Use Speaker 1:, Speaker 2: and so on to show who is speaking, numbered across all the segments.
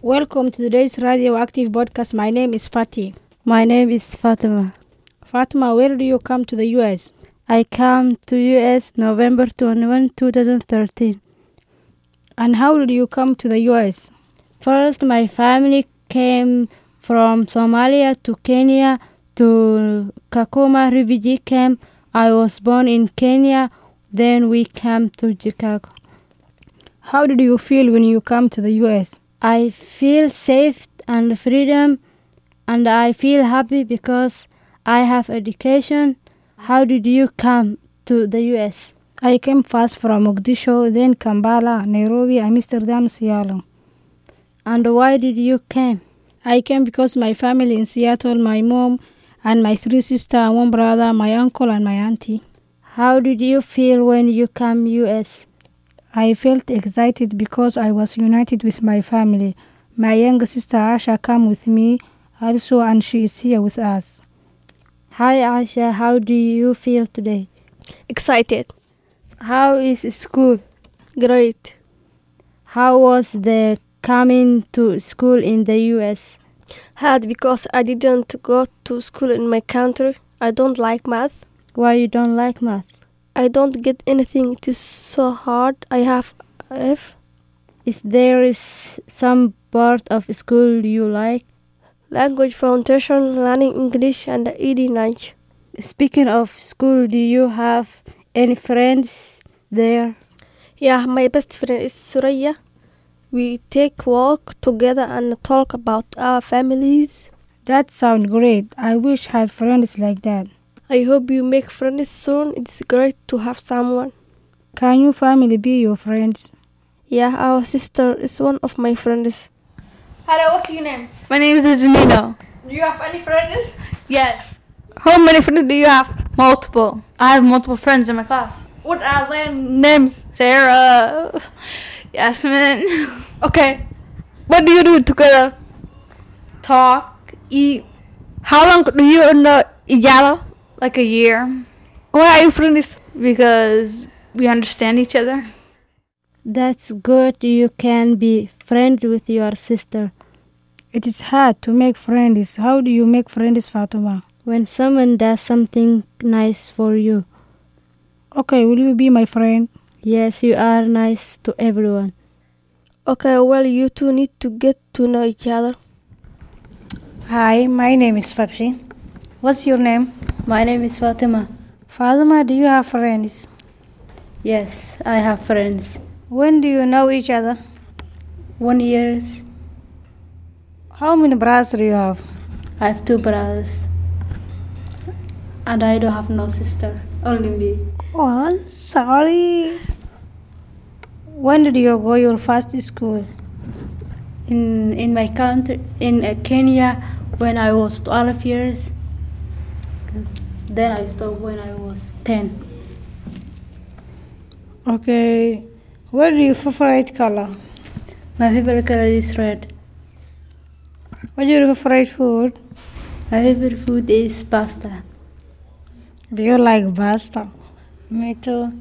Speaker 1: Welcome to today's radioactive podcast. My name is Fatih.
Speaker 2: My name is Fatima.
Speaker 1: Fatima, where do you come to the US?
Speaker 2: I came to US November 21, 2013.
Speaker 1: And how did you come to the US?
Speaker 2: First, my family came from Somalia to Kenya to Kakuma refugee camp. I was born in Kenya, then we came to Chicago.
Speaker 1: How did you feel when you come to the US?
Speaker 2: I feel safe and freedom, and I feel happy because I have education. How did you come to the US?
Speaker 1: I came first from Mogadishu, then Kampala, Nairobi, Amsterdam, Seattle.
Speaker 2: And why did you came?
Speaker 1: I came because my family in Seattle, my mom and my three sisters, one brother, my uncle and my auntie.
Speaker 2: How did you feel when you come US?
Speaker 1: I felt excited because I was united with my family. My younger sister Asha came with me also and she is here with us.
Speaker 2: Hi Asha, how do you feel today?
Speaker 3: Excited.
Speaker 2: How is school?
Speaker 3: Great.
Speaker 2: How was the coming to school in the US?
Speaker 3: Hard because I didn't go to school in my country. I don't like math.
Speaker 2: Why you don't like math?
Speaker 3: I don't get anything. It is so hard. I have F
Speaker 2: Is there is some part of school you like?
Speaker 3: language foundation, learning English and E eating lunch.
Speaker 2: Speaking of school, do you have any friends there?
Speaker 3: Yeah, my best friend is Suraya. We take walk together and talk about our families.
Speaker 1: That sounds great. I wish I had friends like that.
Speaker 3: I hope you make friends soon. It's great to have someone.
Speaker 1: Can your family be your friends?
Speaker 3: Yeah, our sister is one of my friends.
Speaker 4: Hello, what's your name?
Speaker 5: My name is Ismino.
Speaker 4: Do you have any friends?
Speaker 5: Yes. How many friends do you have? Multiple. I have multiple friends in my class.
Speaker 4: What are their names?
Speaker 5: Sarah, Yasmin.
Speaker 4: Okay. What do you do together?
Speaker 5: Talk
Speaker 4: E. How long do you know each other?
Speaker 5: like a year
Speaker 4: Why are you friends?
Speaker 5: because we understand each other.
Speaker 2: That's good. You can be friends with your sister.
Speaker 1: It is hard to make friends. How do you make friends, Fatima?
Speaker 2: When someone does something nice for you,
Speaker 1: Okay, will you be my friend?
Speaker 2: yes, you are nice to everyone.
Speaker 3: Okay, well, you two need to get to know each other.
Speaker 6: Hi, my name is Fathi. What's your name?
Speaker 2: My name is Fatima.
Speaker 6: Fatima, do you have friends?
Speaker 2: Yes, I have friends.
Speaker 6: When do you know each other?
Speaker 2: One years.
Speaker 6: How many brothers do you have?
Speaker 2: I have two brothers. And I don't have no sister, only me.
Speaker 6: Oh, sorry. When did you go your first school?
Speaker 2: In in my country, in uh, Kenya, when I was 12 years, then I stopped when I was 10.
Speaker 6: Okay. What do you favorite color?
Speaker 2: My favorite color is red.
Speaker 6: What's your favorite food?
Speaker 2: My favorite food is pasta.
Speaker 6: Do you like pasta? Me too.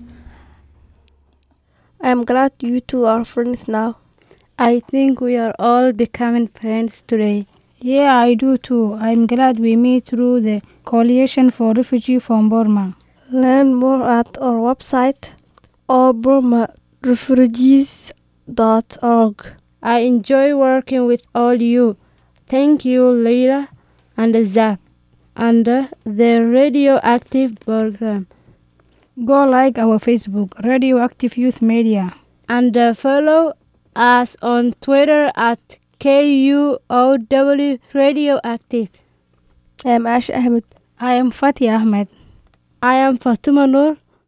Speaker 3: I am glad you two are friends now.
Speaker 2: I think we are all becoming friends today.
Speaker 1: Yeah, I do too. I'm glad we meet through the Coalition for Refugee from Burma.
Speaker 3: Learn more at our website oburmarefugees.org.
Speaker 2: I enjoy working with all you. Thank you, Leila and Zap, and uh, the radioactive program,
Speaker 1: Go like our Facebook, Radioactive Youth Media.
Speaker 2: and uh, follow us on Twitter at KUOW Radioactive.
Speaker 3: I am Ash Ahmed.
Speaker 1: I am Fatih Ahmed.
Speaker 2: I am Fatuma Noor.